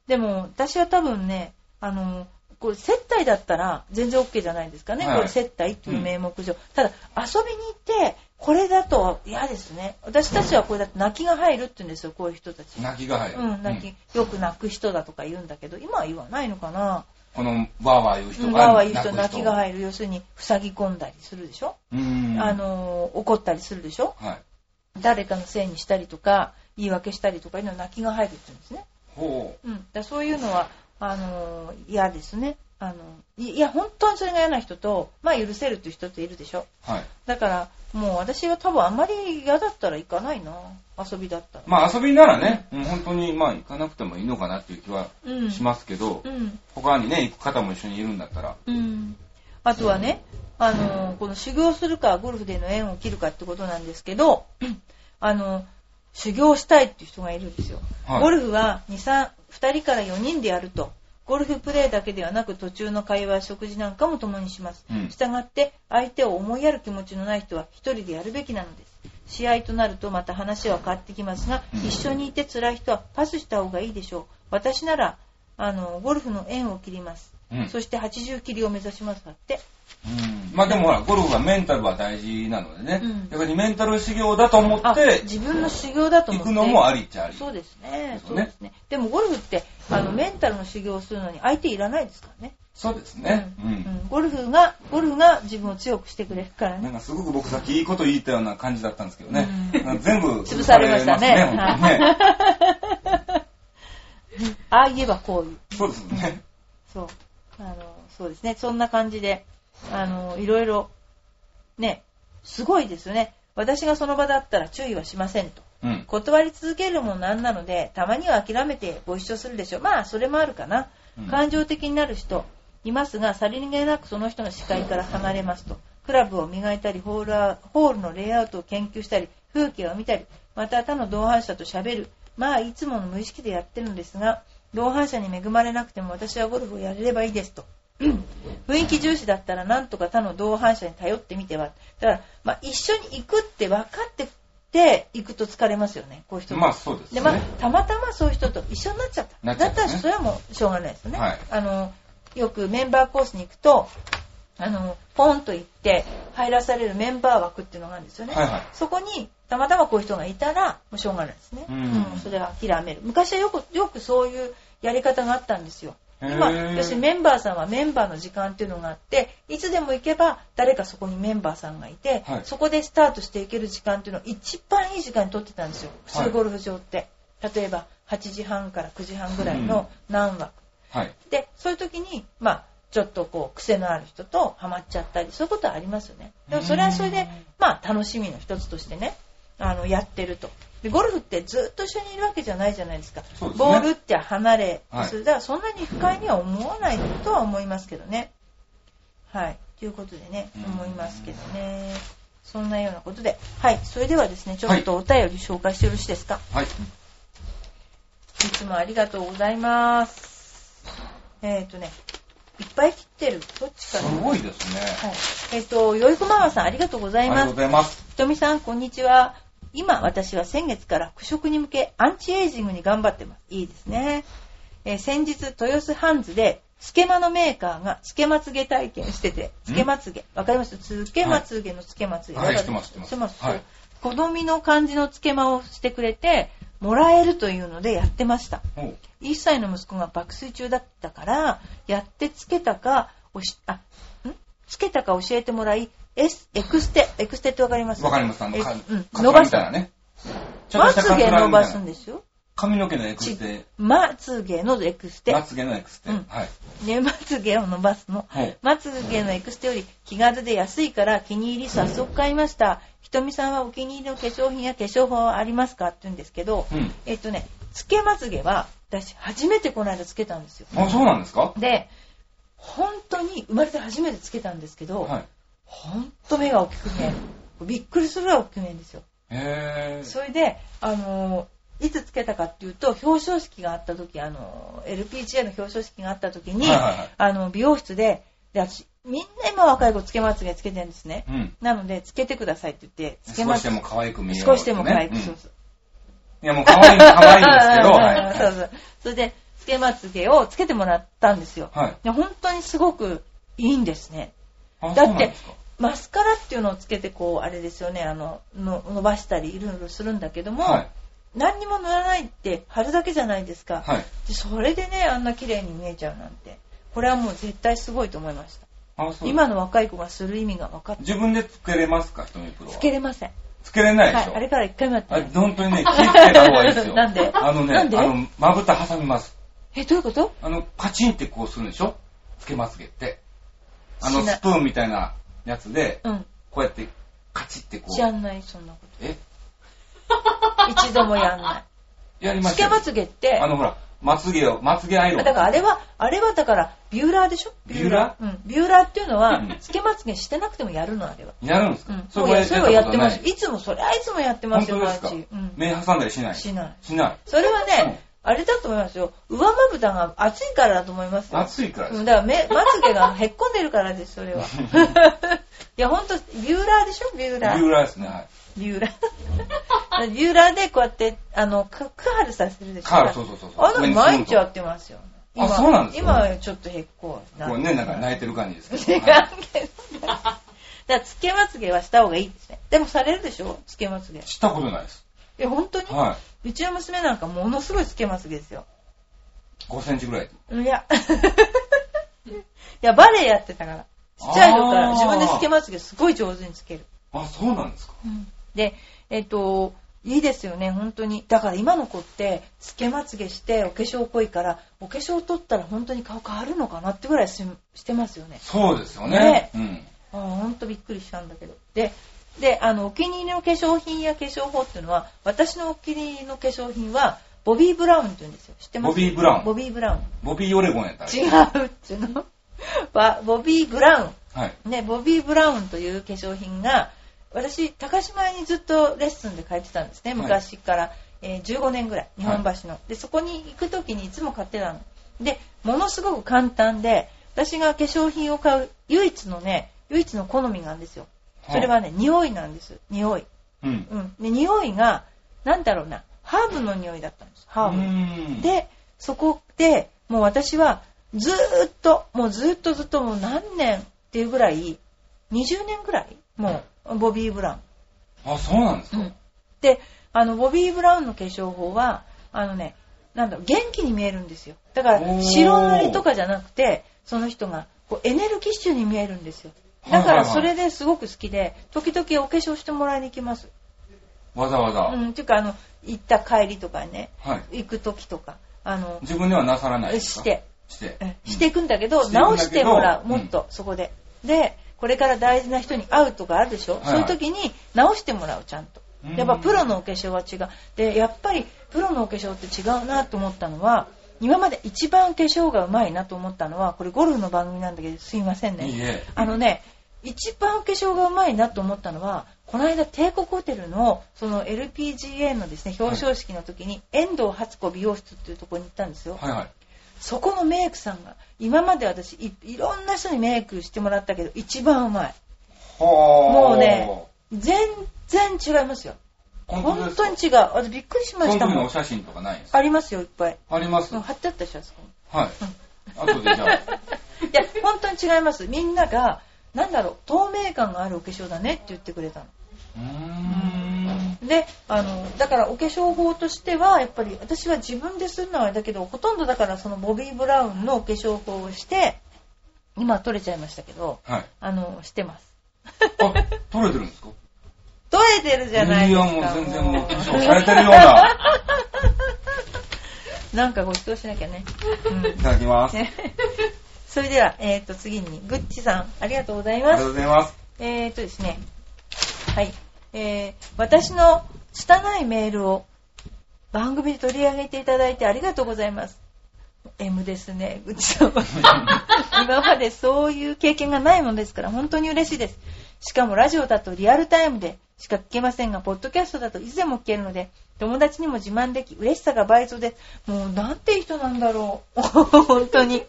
[SPEAKER 1] でも、私は多分ね、あの、これ接待だったら全然 OK じゃないですかね。
[SPEAKER 2] はい
[SPEAKER 1] これ接待という名目上。ただ、遊びに行って、これだと嫌ですね。私たちはこれだと泣きが入るって言うんですよ、こういう人たち。
[SPEAKER 2] 泣きが入る。
[SPEAKER 1] うん、泣き、よく泣く人だとか言うんだけど、今は言わないのかな。
[SPEAKER 2] この、わーわー言う
[SPEAKER 1] うん、
[SPEAKER 2] 人
[SPEAKER 1] わー
[SPEAKER 2] が、
[SPEAKER 1] わー言うと泣きが
[SPEAKER 2] 入る
[SPEAKER 1] 入る。要するに、塞ぎ込んだりするでしょ。
[SPEAKER 2] 人。うん。
[SPEAKER 1] あ、の、怒ったりするでしょ。
[SPEAKER 2] はい。
[SPEAKER 1] 誰かのせいにしたりとか言い訳したりとかいうのは泣きが入るって言うんですね、
[SPEAKER 2] ほ
[SPEAKER 1] うん、だからそういうのはあのー嫌ですねあのいいや本当にそれが嫌な人と、まあ、許せるという人っているでしょ
[SPEAKER 2] はい。
[SPEAKER 1] だからもう私は多分あんまり嫌だったら行かないな遊びだったら、
[SPEAKER 2] まあ遊びならね、うん本当にまあ行かなくてもいいのかなっていう気は
[SPEAKER 1] うん
[SPEAKER 2] しますけど、
[SPEAKER 1] うん
[SPEAKER 2] 他にね、行く方も一緒にいるんだったら、
[SPEAKER 1] うん、あとはね、あのこの修行するかゴルフでの縁を切るかってことなんですけど あの修行したいっていう人がいるんですよ、
[SPEAKER 2] はい
[SPEAKER 1] ゴルフは2 3 2人から4人でやるとゴルフプレーだけではなく途中の会話食事なんかも共にします、
[SPEAKER 2] うん
[SPEAKER 1] したがって相手を思いやる気持ちのない人は1人でやるべきなのです試合となるとまた話は変わってきますが、
[SPEAKER 2] うん
[SPEAKER 1] 一緒にいて辛い人はパスした方がいいでしょう私ならあのゴルフの縁を切ります
[SPEAKER 2] うん。うん
[SPEAKER 1] そして80切りを目指しますだって。
[SPEAKER 2] まあでもほら、ゴルフはメンタルは大事なのでね、
[SPEAKER 1] うん
[SPEAKER 2] 逆にメンタル修行だと思
[SPEAKER 1] あ
[SPEAKER 2] って、
[SPEAKER 1] 自分の修行だと
[SPEAKER 2] 行
[SPEAKER 1] 思って。
[SPEAKER 2] くのもありっちゃあり。
[SPEAKER 1] そうですね。
[SPEAKER 2] です
[SPEAKER 1] そ
[SPEAKER 2] よね
[SPEAKER 1] うですね。でもゴルフって、あの、メンタルの修行をするのに相手いらないですからね。
[SPEAKER 2] そうですね。
[SPEAKER 1] うん
[SPEAKER 2] うん
[SPEAKER 1] うんゴルフが、ゴルフが自分を強くしてくれるから
[SPEAKER 2] なん
[SPEAKER 1] ね。
[SPEAKER 2] かすごく僕さっきいいこと言ったような感じだったんですけどね。
[SPEAKER 1] うん
[SPEAKER 2] なんか全部
[SPEAKER 1] 潰されましたね
[SPEAKER 2] 潰されますね 本当にね
[SPEAKER 1] ああ言えばこういう。
[SPEAKER 2] そうですね。
[SPEAKER 1] そう。あの、そうですね。そんな感じで、あの、いろいろ、ね、すごいですよね。私がその場だったら注意はしませんと。
[SPEAKER 2] うん。
[SPEAKER 1] 断り続けるもなんなのでたまには諦めてご一緒するでしょうまあそれもあるかな、
[SPEAKER 2] うん
[SPEAKER 1] 感情的になる人いますがさりげなくその人の視界から離れますとクラブを磨いたりホールはホールのレイアウトを研究したり風景を見たりまた他の同伴者としゃべるまあいつもの無意識でやってるんですが同伴者に恵まれなくても私はゴルフをやれればいいですとうん雰囲気重視だったらなんとか他の同伴者に頼ってみてはだから、まあ、一緒に行くって分かってて行くと疲れますよねこういう人って
[SPEAKER 2] まあそうです
[SPEAKER 1] で
[SPEAKER 2] ね。
[SPEAKER 1] まあ、たまたまそういう人と一緒になっちゃった。
[SPEAKER 2] なっち
[SPEAKER 1] だ
[SPEAKER 2] ゃ
[SPEAKER 1] っ
[SPEAKER 2] ったた
[SPEAKER 1] ら
[SPEAKER 2] ね
[SPEAKER 1] それはもうしょうがないですよね。
[SPEAKER 2] はい
[SPEAKER 1] あの、よくメンバーコースに行くと、あの、ポンと行って入らされるメンバー枠っていうのがあるんですよね。
[SPEAKER 2] はいはい
[SPEAKER 1] そこにたまたまこういう人がいたら、もうしょうがないですね。
[SPEAKER 2] うん
[SPEAKER 1] それは諦める。昔はよく、よくそういうやり方があったんですよ。今、
[SPEAKER 2] へー
[SPEAKER 1] 要するにメンバーさんはメンバーの時間っていうのがあって、いつでも行けば誰かそこにメンバーさんがいて、
[SPEAKER 2] はい
[SPEAKER 1] そこでスタートしていける時間っていうのを一番いい時間に取ってたんですよ。普
[SPEAKER 2] は
[SPEAKER 1] 通
[SPEAKER 2] い
[SPEAKER 1] ゴルフ場って。例えば8時半から9時半ぐらいの何枠。
[SPEAKER 2] はい。
[SPEAKER 1] で、そういう時に、まあ、ちょっとこう、癖のある人とハマっちゃったり、そういうことはありますよね。でもそれはそれで、まあ、楽しみの一つとしてね、あの、やってると。で、ゴルフってずっと一緒にいるわけじゃないじゃないですか。
[SPEAKER 2] そうですね
[SPEAKER 1] ボールって離れ、
[SPEAKER 2] はい
[SPEAKER 1] それだからそんなに不快には思わないとは思いますけどね。はい。ということでね、
[SPEAKER 2] うん
[SPEAKER 1] 思いますけどね。そんなようなことで。はい。それではですね、ちょっとお便り紹介してよろしいですか。
[SPEAKER 2] はい。
[SPEAKER 1] いつもありがとうございます。えっ、ー、とね、いっぱい切ってる。どっちか
[SPEAKER 2] す
[SPEAKER 1] な。はい。
[SPEAKER 2] ごいですね。
[SPEAKER 1] えっ、と、よいこママさん、ありがとうござ
[SPEAKER 2] あ
[SPEAKER 1] い
[SPEAKER 2] りが
[SPEAKER 1] ま
[SPEAKER 2] と
[SPEAKER 1] す
[SPEAKER 2] うご。ざいます。
[SPEAKER 1] ひとみさん、こんにちは。今、私は先月から復職に向け、アンチエイジングに頑張ってます。いいですね。えー先日、豊洲ハンズで、つけまのメーカーがつけまつげ体験してて、つけまつげ。わかりますつけまつげのつけまつげ。
[SPEAKER 2] はいはい知ってます知ってま
[SPEAKER 1] 知
[SPEAKER 2] す
[SPEAKER 1] ってます。
[SPEAKER 2] はい
[SPEAKER 1] 好みの感じのつけまをしてくれて、もらえるというのでやってました。
[SPEAKER 2] おう
[SPEAKER 1] 1歳の息子が爆睡中だったからやってつけたかおしあんつけたか教えてもらいエスエクステエクステってわかります
[SPEAKER 2] わかります。あの、
[SPEAKER 1] え
[SPEAKER 2] か
[SPEAKER 1] うん、
[SPEAKER 2] カ
[SPEAKER 1] 伸
[SPEAKER 2] ツラ
[SPEAKER 1] ば
[SPEAKER 2] み
[SPEAKER 1] す
[SPEAKER 2] たいなね。ちょっ
[SPEAKER 1] ま
[SPEAKER 2] とした
[SPEAKER 1] つ
[SPEAKER 2] カツ
[SPEAKER 1] げ
[SPEAKER 2] ラみたいな
[SPEAKER 1] 伸ばすんですよ
[SPEAKER 2] 髪の毛のエク
[SPEAKER 1] ち
[SPEAKER 2] ステ、
[SPEAKER 1] まつげのエクステ
[SPEAKER 2] まつげのエクステ。
[SPEAKER 1] うん
[SPEAKER 2] はい。
[SPEAKER 1] ねまつげを伸ばすの
[SPEAKER 2] はい
[SPEAKER 1] まつげのエクステより気軽で安いから気に入り早速買いましたひとみさんはお気に入りの化粧品や化粧法はありますかって言うんですけど、
[SPEAKER 2] うん
[SPEAKER 1] えっとねつけまつげは私初めてこの間つけたんですよ
[SPEAKER 2] あ、そうなんですか
[SPEAKER 1] で本当に生まれて初めてつけたんですけど、
[SPEAKER 2] はい。
[SPEAKER 1] 本当目が大きく見えるびっくりするぐらい大きく見えるんですよ
[SPEAKER 2] へー。
[SPEAKER 1] それであのいつつけたかっていうと表彰式があった時あの LPGA の表彰式があった時に、
[SPEAKER 2] はいはいはい
[SPEAKER 1] あの美容室でで私みんな今若い子つけまつげつけてるんですね、
[SPEAKER 2] うん。
[SPEAKER 1] なのでつけてくださいって言ってつけ
[SPEAKER 2] 少
[SPEAKER 1] ま
[SPEAKER 2] し
[SPEAKER 1] つ
[SPEAKER 2] でも可愛く見える、
[SPEAKER 1] 少しでも可愛く、
[SPEAKER 2] ね
[SPEAKER 1] そううんそう
[SPEAKER 2] いや、もう可愛い、可愛いん ですけど、はい。
[SPEAKER 1] そうそう。それで、つけまつげをつけてもらったんですよ。
[SPEAKER 2] はい
[SPEAKER 1] で本当にすごくいいんですね。
[SPEAKER 2] あ
[SPEAKER 1] だ
[SPEAKER 2] そ
[SPEAKER 1] っ
[SPEAKER 2] うなん
[SPEAKER 1] て
[SPEAKER 2] ですか、
[SPEAKER 1] マスカラっていうのをつけて、こう、あれですよね、あの、の伸ばしたり、いろいろするんだけども、
[SPEAKER 2] はい
[SPEAKER 1] 何にも塗らないって貼るだけじゃないですか。
[SPEAKER 2] はい。
[SPEAKER 1] でそれでね、あんな綺麗に見えちゃうなんて。これはもう絶対すごいと思いました。
[SPEAKER 2] あ、そう
[SPEAKER 1] 今の若い子がする意味が分かって、
[SPEAKER 2] 自分でつけれますか、瞳プロは。
[SPEAKER 1] つけれません。
[SPEAKER 2] つけれないで
[SPEAKER 1] は
[SPEAKER 2] し
[SPEAKER 1] い、
[SPEAKER 2] ょ。
[SPEAKER 1] あれから一回もやって
[SPEAKER 2] あ
[SPEAKER 1] な
[SPEAKER 2] れ
[SPEAKER 1] い、
[SPEAKER 2] 本当にね、気をつけた方がいいですよ。
[SPEAKER 1] なんで
[SPEAKER 2] あのね、
[SPEAKER 1] な
[SPEAKER 2] あ
[SPEAKER 1] んで
[SPEAKER 2] の、まぶた挟みます。
[SPEAKER 1] え、どういうこと
[SPEAKER 2] あの、パチンってこうするんでしょつけまつげって。あの、
[SPEAKER 1] しない
[SPEAKER 2] スプーンみたいなやつで、
[SPEAKER 1] うん。
[SPEAKER 2] こうやって、カチってこ
[SPEAKER 1] 知ら
[SPEAKER 2] う。
[SPEAKER 1] んない、そんなこ
[SPEAKER 2] え
[SPEAKER 1] と。一度もやん な
[SPEAKER 2] やり
[SPEAKER 1] い。
[SPEAKER 2] ま
[SPEAKER 1] つ
[SPEAKER 2] した
[SPEAKER 1] け
[SPEAKER 2] よ
[SPEAKER 1] まつげって、
[SPEAKER 2] あのほら、まつげを、まつげアイロ
[SPEAKER 1] だ
[SPEAKER 2] ン。
[SPEAKER 1] からあれは、あれはだから、ビューラーでしょーうん。ビューラーっていうのは
[SPEAKER 2] うん、
[SPEAKER 1] つけまつげしてなくてもやるの、あれは。
[SPEAKER 2] やるんです
[SPEAKER 1] う
[SPEAKER 2] か
[SPEAKER 1] ん。
[SPEAKER 2] そ
[SPEAKER 1] もう
[SPEAKER 2] れ
[SPEAKER 1] やそれはやってま
[SPEAKER 2] や
[SPEAKER 1] す。
[SPEAKER 2] たこ
[SPEAKER 1] いつも、それはいつもやって
[SPEAKER 2] と
[SPEAKER 1] ま
[SPEAKER 2] ない
[SPEAKER 1] すよ、
[SPEAKER 2] 本当ですか
[SPEAKER 1] 毎日うん。
[SPEAKER 2] 目挟んだりしない。
[SPEAKER 1] しない。
[SPEAKER 2] しない。
[SPEAKER 1] それはね、あれだと思いますよ。上まぶたが熱いからだと思いますよ。
[SPEAKER 2] 暑いからです
[SPEAKER 1] うん
[SPEAKER 2] か。
[SPEAKER 1] だから目、まつげがへっこんでるからです、それ は。いや、ほんと、ビューラーでしょビューラ
[SPEAKER 2] ビュ
[SPEAKER 1] ー。
[SPEAKER 2] ーラーですね。はい。
[SPEAKER 1] ビューラー。 ビューラーでこうやって、あの、カカールさせるでしょ
[SPEAKER 2] カール、そうそうそうそう。
[SPEAKER 1] あの、毎日やってますよ。
[SPEAKER 2] あそうなんですか
[SPEAKER 1] 今はちょっとへっこは
[SPEAKER 2] こうね、なんか泣いてる感じです
[SPEAKER 1] 違う
[SPEAKER 2] けど。はい
[SPEAKER 1] けど。 だから、つけまつげはした方がいいですね。でもされるでしょつけまつげ。
[SPEAKER 2] したことないです。
[SPEAKER 1] え、本当に、
[SPEAKER 2] は
[SPEAKER 1] うちの娘なんかものすごいつけまつげですよ。
[SPEAKER 2] い。5センチぐらい。
[SPEAKER 1] いや。 いや、バレエやってたから。ちっちゃい時から
[SPEAKER 2] あー
[SPEAKER 1] 自分でつけまつげすごい上手につける。
[SPEAKER 2] あ、そうなんですか。
[SPEAKER 1] で、えっ、と、いいですよね、本当に。だから今の子って、つけまつげして、お化粧濃いから、お化粧取ったら本当に顔変わるのかなってぐらいししてますよね。
[SPEAKER 2] そうですよね
[SPEAKER 1] ね。
[SPEAKER 2] うん。
[SPEAKER 1] ああ、ほんとびっくりしたんだけど。で、で、あの、お気に入りの化粧品や化粧法っていうのは、私のお気に入りの化粧品は、ボビー・ブラウンって言うんですよ。知ってます
[SPEAKER 2] ボビーブラウン
[SPEAKER 1] ボビー・ブラウン。
[SPEAKER 2] ボビーオレゴンやったら。
[SPEAKER 1] 違うっちゅうの。 ばボビー・ブラウン。
[SPEAKER 2] はい。
[SPEAKER 1] ね、ボビー・ブラウンという化粧品が、私、高島屋にずっとレッスンで通ってたんですね、
[SPEAKER 2] はい
[SPEAKER 1] 昔から、えー15年ぐらい、日本橋の。で、そこに行くときにいつも買ってたの。で、ものすごく簡単で、私が化粧品を買う唯一のね、唯一の好みなんですよ。それはね、匂いなんです。匂い。
[SPEAKER 2] うん。
[SPEAKER 1] うん。で、匂いが、なんだろうな、ハーブの匂いだったんです。ハーブ。
[SPEAKER 2] うん、
[SPEAKER 1] で、そこでもう私はずーっと、もうずーっとずっともう何年っていうぐらい、20年ぐらい、もう、ボビー・ブラ
[SPEAKER 2] あ、そうなんです
[SPEAKER 1] ウン。
[SPEAKER 2] か。
[SPEAKER 1] で、あの、ボビー・ブラウンの化粧法は、あのね、なんだろう、元気に見えるんですよ。だか
[SPEAKER 2] お
[SPEAKER 1] ら、
[SPEAKER 2] ー
[SPEAKER 1] 白塗りとかじゃなくて、その人が、こう、エネルギッシュに見えるんですよ。だから、それですごく好きで、時々お化粧してもらいに行きます。
[SPEAKER 2] わざわざ。
[SPEAKER 1] うん、っていうか、あの、行った帰りとかね、
[SPEAKER 2] はい。
[SPEAKER 1] 行く時とか、あの、
[SPEAKER 2] 自分ではなさらないですか
[SPEAKER 1] して。。
[SPEAKER 2] して
[SPEAKER 1] うん。していくんだけど、
[SPEAKER 2] していくんだけど
[SPEAKER 1] 直してもらう、
[SPEAKER 2] うん
[SPEAKER 1] もっと、そこで。で、これから大事な人に会うとかあるでしょ、
[SPEAKER 2] はい
[SPEAKER 1] そういう時に直してもらう、ちゃんと。
[SPEAKER 2] うん
[SPEAKER 1] やっぱプロのお化粧は違う。で、やっぱりプロのお化粧って違うなと思ったのは、今まで一番化粧がうまいなと思ったのは、これゴルフの番組なんだけど、すいません
[SPEAKER 2] いい
[SPEAKER 1] ね。
[SPEAKER 2] え。
[SPEAKER 1] あのね、一番お化粧がうまいなと思ったのは、この間帝国ホテルの、その LPGA のですね、表彰式の時に、遠藤初子美容室っていうところに行ったんですよ。
[SPEAKER 2] はいはい。
[SPEAKER 1] そこのメイクさんが、今まで私い、いろんな人にメイクしてもらったけど、一番うまい。
[SPEAKER 2] ほー。
[SPEAKER 1] もうね。全然違いますよ。
[SPEAKER 2] 本当で
[SPEAKER 1] 本
[SPEAKER 2] すか
[SPEAKER 1] 当に違う。あびっくりしま
[SPEAKER 2] そ
[SPEAKER 1] し
[SPEAKER 2] の
[SPEAKER 1] た
[SPEAKER 2] 時
[SPEAKER 1] も
[SPEAKER 2] のお
[SPEAKER 1] ん。
[SPEAKER 2] 写真とかないんですか
[SPEAKER 1] ありますよ、いっぱい。
[SPEAKER 2] あります。
[SPEAKER 1] うん
[SPEAKER 2] はい。
[SPEAKER 1] 貼ってあったでしょ、あそこに。
[SPEAKER 2] あとでじゃ
[SPEAKER 1] い
[SPEAKER 2] あ。
[SPEAKER 1] や、本当に違います。みんなが、なんだろう、透明感があるお化粧だねって言ってくれたの。
[SPEAKER 2] うーん。
[SPEAKER 1] で、あの、だからお化粧法としては、やっぱり私は自分でするのはあれだけど、ほとんどだからそのボビー・ブラウンのお化粧法をして、今は取れちゃいましたけど、
[SPEAKER 2] はい。
[SPEAKER 1] あの、してます。
[SPEAKER 2] あ、撮れてるんですか
[SPEAKER 1] 取れてるじゃないですか。
[SPEAKER 2] や、もう全然もう、化
[SPEAKER 1] も
[SPEAKER 2] 粧
[SPEAKER 1] う
[SPEAKER 2] されてるような。
[SPEAKER 1] なんかご馳走しなきゃね。
[SPEAKER 2] いただきます。
[SPEAKER 1] うん、
[SPEAKER 2] あ
[SPEAKER 1] ねそれでは、えっ、と、次に、ぐっちさん、ありがとうござい
[SPEAKER 2] りが
[SPEAKER 1] ま
[SPEAKER 2] とうご
[SPEAKER 1] す。
[SPEAKER 2] ざいます。
[SPEAKER 1] えっ、とですね、はい、えー、私の拙いメールを番組で取り上げていただいてありがとうございます。M ですね、ぐっちさんは。今までそういう経験がないものですから、本当に嬉しいです。しかもラジオだとリアルタイムでしか聞けませんが、ポッドキャストだといつでも聞けるので、友達にも自慢でき、嬉しさが倍増です。もう、なんていい人なんだろう。 本当に。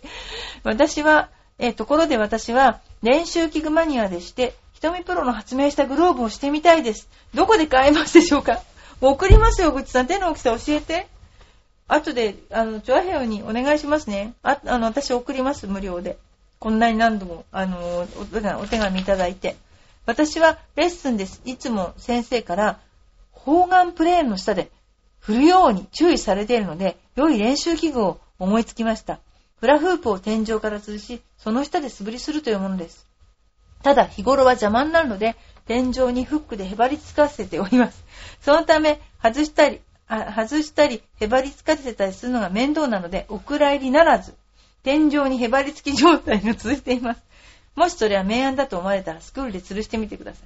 [SPEAKER 1] 私は、えーところで私は、練習器具マニアでして、瞳プロの発明したグローブをしてみたいです。どこで買えますでしょうか送りますよ、ぐちさん。手の大きさ教えて。後で、あの、チョアヘオにお願いしますね。あ、あの、私送ります、無料で。こんなに何度も、あの、お手紙お手紙いただいて。私はレッスンです。いつも先生から、方眼プレーンの下で振るように注意されているので、良い練習器具を思いつきました。フラフープを天井から吊るし、その下で素振りするというものです。ただ、日頃は邪魔になるので、天井にフックでへばりつかせております。そのため、外したり、あ外したり、へばりつかせたりするのが面倒なので、お蔵入りならず、天井にへばりつき状態が続いています。もしそれは明暗だと思われたらスクールで吊るしてみてくださ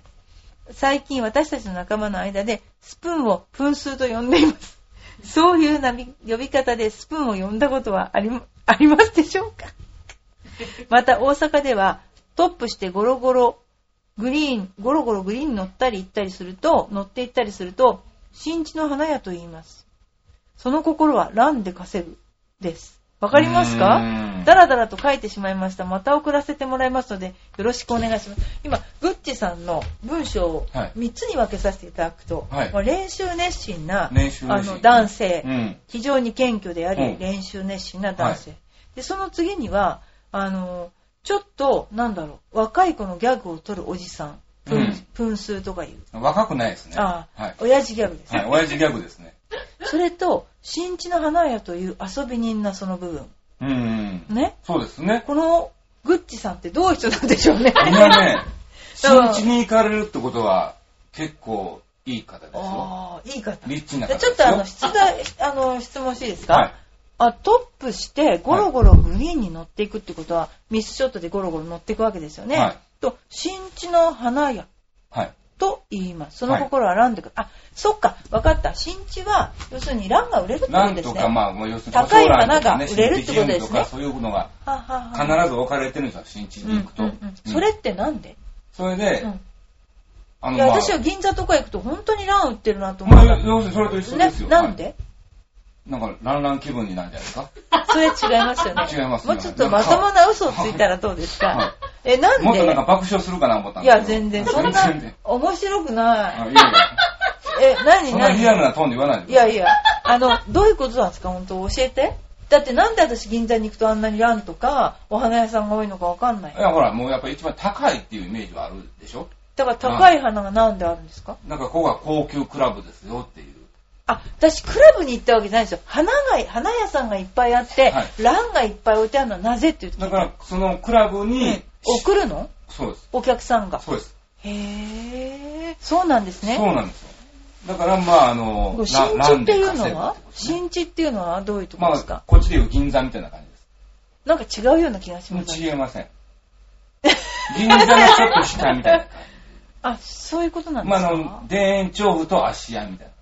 [SPEAKER 1] い。最近私たちの仲間の間でスプーンを噴数と呼んでいます。そういうなび呼び方でスプーンを呼んだことはありまありますでしょうかまた大阪ではトップしてゴロゴログリーン、ゴロゴログリーンに乗ったり行ったりすると、乗って行ったりすると、新地の花屋と言います。その心はランで稼ぐです。わかりますか
[SPEAKER 2] うーん
[SPEAKER 1] だらだらと書いてしまいました。また送らせてもらいますので、よろしくお願いします。今、グッチさんの文章を
[SPEAKER 2] はい
[SPEAKER 1] 3つに分けさせていただくと、
[SPEAKER 2] はい
[SPEAKER 1] まあ練習熱心な
[SPEAKER 2] 練習
[SPEAKER 1] あ
[SPEAKER 2] 熱心
[SPEAKER 1] の男性、
[SPEAKER 2] うん。
[SPEAKER 1] 非常に謙虚であり、
[SPEAKER 2] うん
[SPEAKER 1] 練習熱心な男性、でその次にはあのちょっとなんだろう若い子のギャグを取るおじさんプン,、
[SPEAKER 2] うん
[SPEAKER 1] プンスーとかいう、
[SPEAKER 2] 若くないですね。
[SPEAKER 1] ああ、
[SPEAKER 2] はい。
[SPEAKER 1] 親父ギャグですね、
[SPEAKER 2] はい。親父ギャグですね。
[SPEAKER 1] それと新地の花屋という遊び人なその部分
[SPEAKER 2] うん。
[SPEAKER 1] ね
[SPEAKER 2] そうですね。
[SPEAKER 1] このグッチさんってどういう人なんでしょうね
[SPEAKER 2] 今ね、
[SPEAKER 1] だから
[SPEAKER 2] 新地に行かれるってことは、結構いい方です よ。
[SPEAKER 1] ああいい方
[SPEAKER 2] リッチな
[SPEAKER 1] で
[SPEAKER 2] 方で
[SPEAKER 1] ち
[SPEAKER 2] す
[SPEAKER 1] ょ
[SPEAKER 2] よ。
[SPEAKER 1] っとあの質題あの質問していいですか、
[SPEAKER 2] はい。
[SPEAKER 1] あトップしてゴロゴログリーンに乗っていくってことはミスショットでゴロゴロ乗っていくわけですよね。
[SPEAKER 2] はい
[SPEAKER 1] と新地の花屋
[SPEAKER 2] はい。
[SPEAKER 1] と言います。その心はランでく、あそっか分かった新地は要するにランが売れるってこ
[SPEAKER 2] な
[SPEAKER 1] と
[SPEAKER 2] ん
[SPEAKER 1] です
[SPEAKER 2] と
[SPEAKER 1] ね。
[SPEAKER 2] か、まあ、もう要するに、
[SPEAKER 1] 高い
[SPEAKER 2] 花
[SPEAKER 1] 花が売れるってことですね
[SPEAKER 2] とか、そういうのが
[SPEAKER 1] ははは
[SPEAKER 2] 必ず置かれてるんですよ、新地に行くと。
[SPEAKER 1] うんうんうんそれってなんで、
[SPEAKER 2] それで、
[SPEAKER 1] うん
[SPEAKER 2] あ
[SPEAKER 1] い
[SPEAKER 2] の、
[SPEAKER 1] や
[SPEAKER 2] まあ、
[SPEAKER 1] 私は銀座とか行くと本当にラン売ってるなと思
[SPEAKER 2] ま
[SPEAKER 1] っ
[SPEAKER 2] あ、
[SPEAKER 1] た。
[SPEAKER 2] 要するにそれと一緒ですよ。
[SPEAKER 1] ね、なんで、
[SPEAKER 2] はいなんか、ランラン気分になるんじゃないですか。
[SPEAKER 1] それ違いますよね。
[SPEAKER 2] 違います
[SPEAKER 1] も
[SPEAKER 2] ね
[SPEAKER 1] うちょっとまともな嘘をついたらどうですか、
[SPEAKER 2] はい
[SPEAKER 1] え、なんで
[SPEAKER 2] もっとなんか爆笑するかな思ったん
[SPEAKER 1] い
[SPEAKER 2] です
[SPEAKER 1] や、
[SPEAKER 2] けど
[SPEAKER 1] 全然、そんな
[SPEAKER 2] 全然、
[SPEAKER 1] 面白く ない。
[SPEAKER 2] あいやいや
[SPEAKER 1] え、何
[SPEAKER 2] そんな
[SPEAKER 1] 何
[SPEAKER 2] リアルなトーンで言わないで
[SPEAKER 1] い
[SPEAKER 2] くだ
[SPEAKER 1] や
[SPEAKER 2] さ
[SPEAKER 1] いや、あの、どういうことなんですか、本当教えて。だってなんで私銀座に行くとあんなにランとか、お花屋さんが多いのかわかんない
[SPEAKER 2] い。い。や、ほら、もうやっぱり一番高いっていうイメージはあるでしょ
[SPEAKER 1] だから高い花がなんであるんですか
[SPEAKER 2] なんか、ここが高級クラブですよっていう。
[SPEAKER 1] あ、私クラブに行ったわけじゃないんですよ。花が、花屋さんがいっぱいあって、
[SPEAKER 2] は
[SPEAKER 1] ランがいっぱい置いてあるのはなぜって言って
[SPEAKER 2] だから、そのクラブに、
[SPEAKER 1] 送るの
[SPEAKER 2] そうです。
[SPEAKER 1] お客さんが。
[SPEAKER 2] そうです。
[SPEAKER 1] へー、そうなんですね。
[SPEAKER 2] そうなんですよ。だから、まあ、あの、
[SPEAKER 1] これ
[SPEAKER 2] ラ
[SPEAKER 1] 新
[SPEAKER 2] ラ
[SPEAKER 1] 地
[SPEAKER 2] ン
[SPEAKER 1] って
[SPEAKER 2] で
[SPEAKER 1] い
[SPEAKER 2] 稼
[SPEAKER 1] う
[SPEAKER 2] ぐって
[SPEAKER 1] のは
[SPEAKER 2] ことですね
[SPEAKER 1] 新地っていうのはどういうとこ
[SPEAKER 2] ま
[SPEAKER 1] ろです
[SPEAKER 2] あ
[SPEAKER 1] か、、
[SPEAKER 2] こっちでいう銀座みたいな感じです。
[SPEAKER 1] なんか違うような気がし
[SPEAKER 2] もう
[SPEAKER 1] ます。
[SPEAKER 2] 違いません。銀座のちょっと下みたいな感
[SPEAKER 1] あ、そういうことなん
[SPEAKER 2] じ。
[SPEAKER 1] で
[SPEAKER 2] ますあ、
[SPEAKER 1] か、
[SPEAKER 2] あの、田園調布と芦屋みたいな。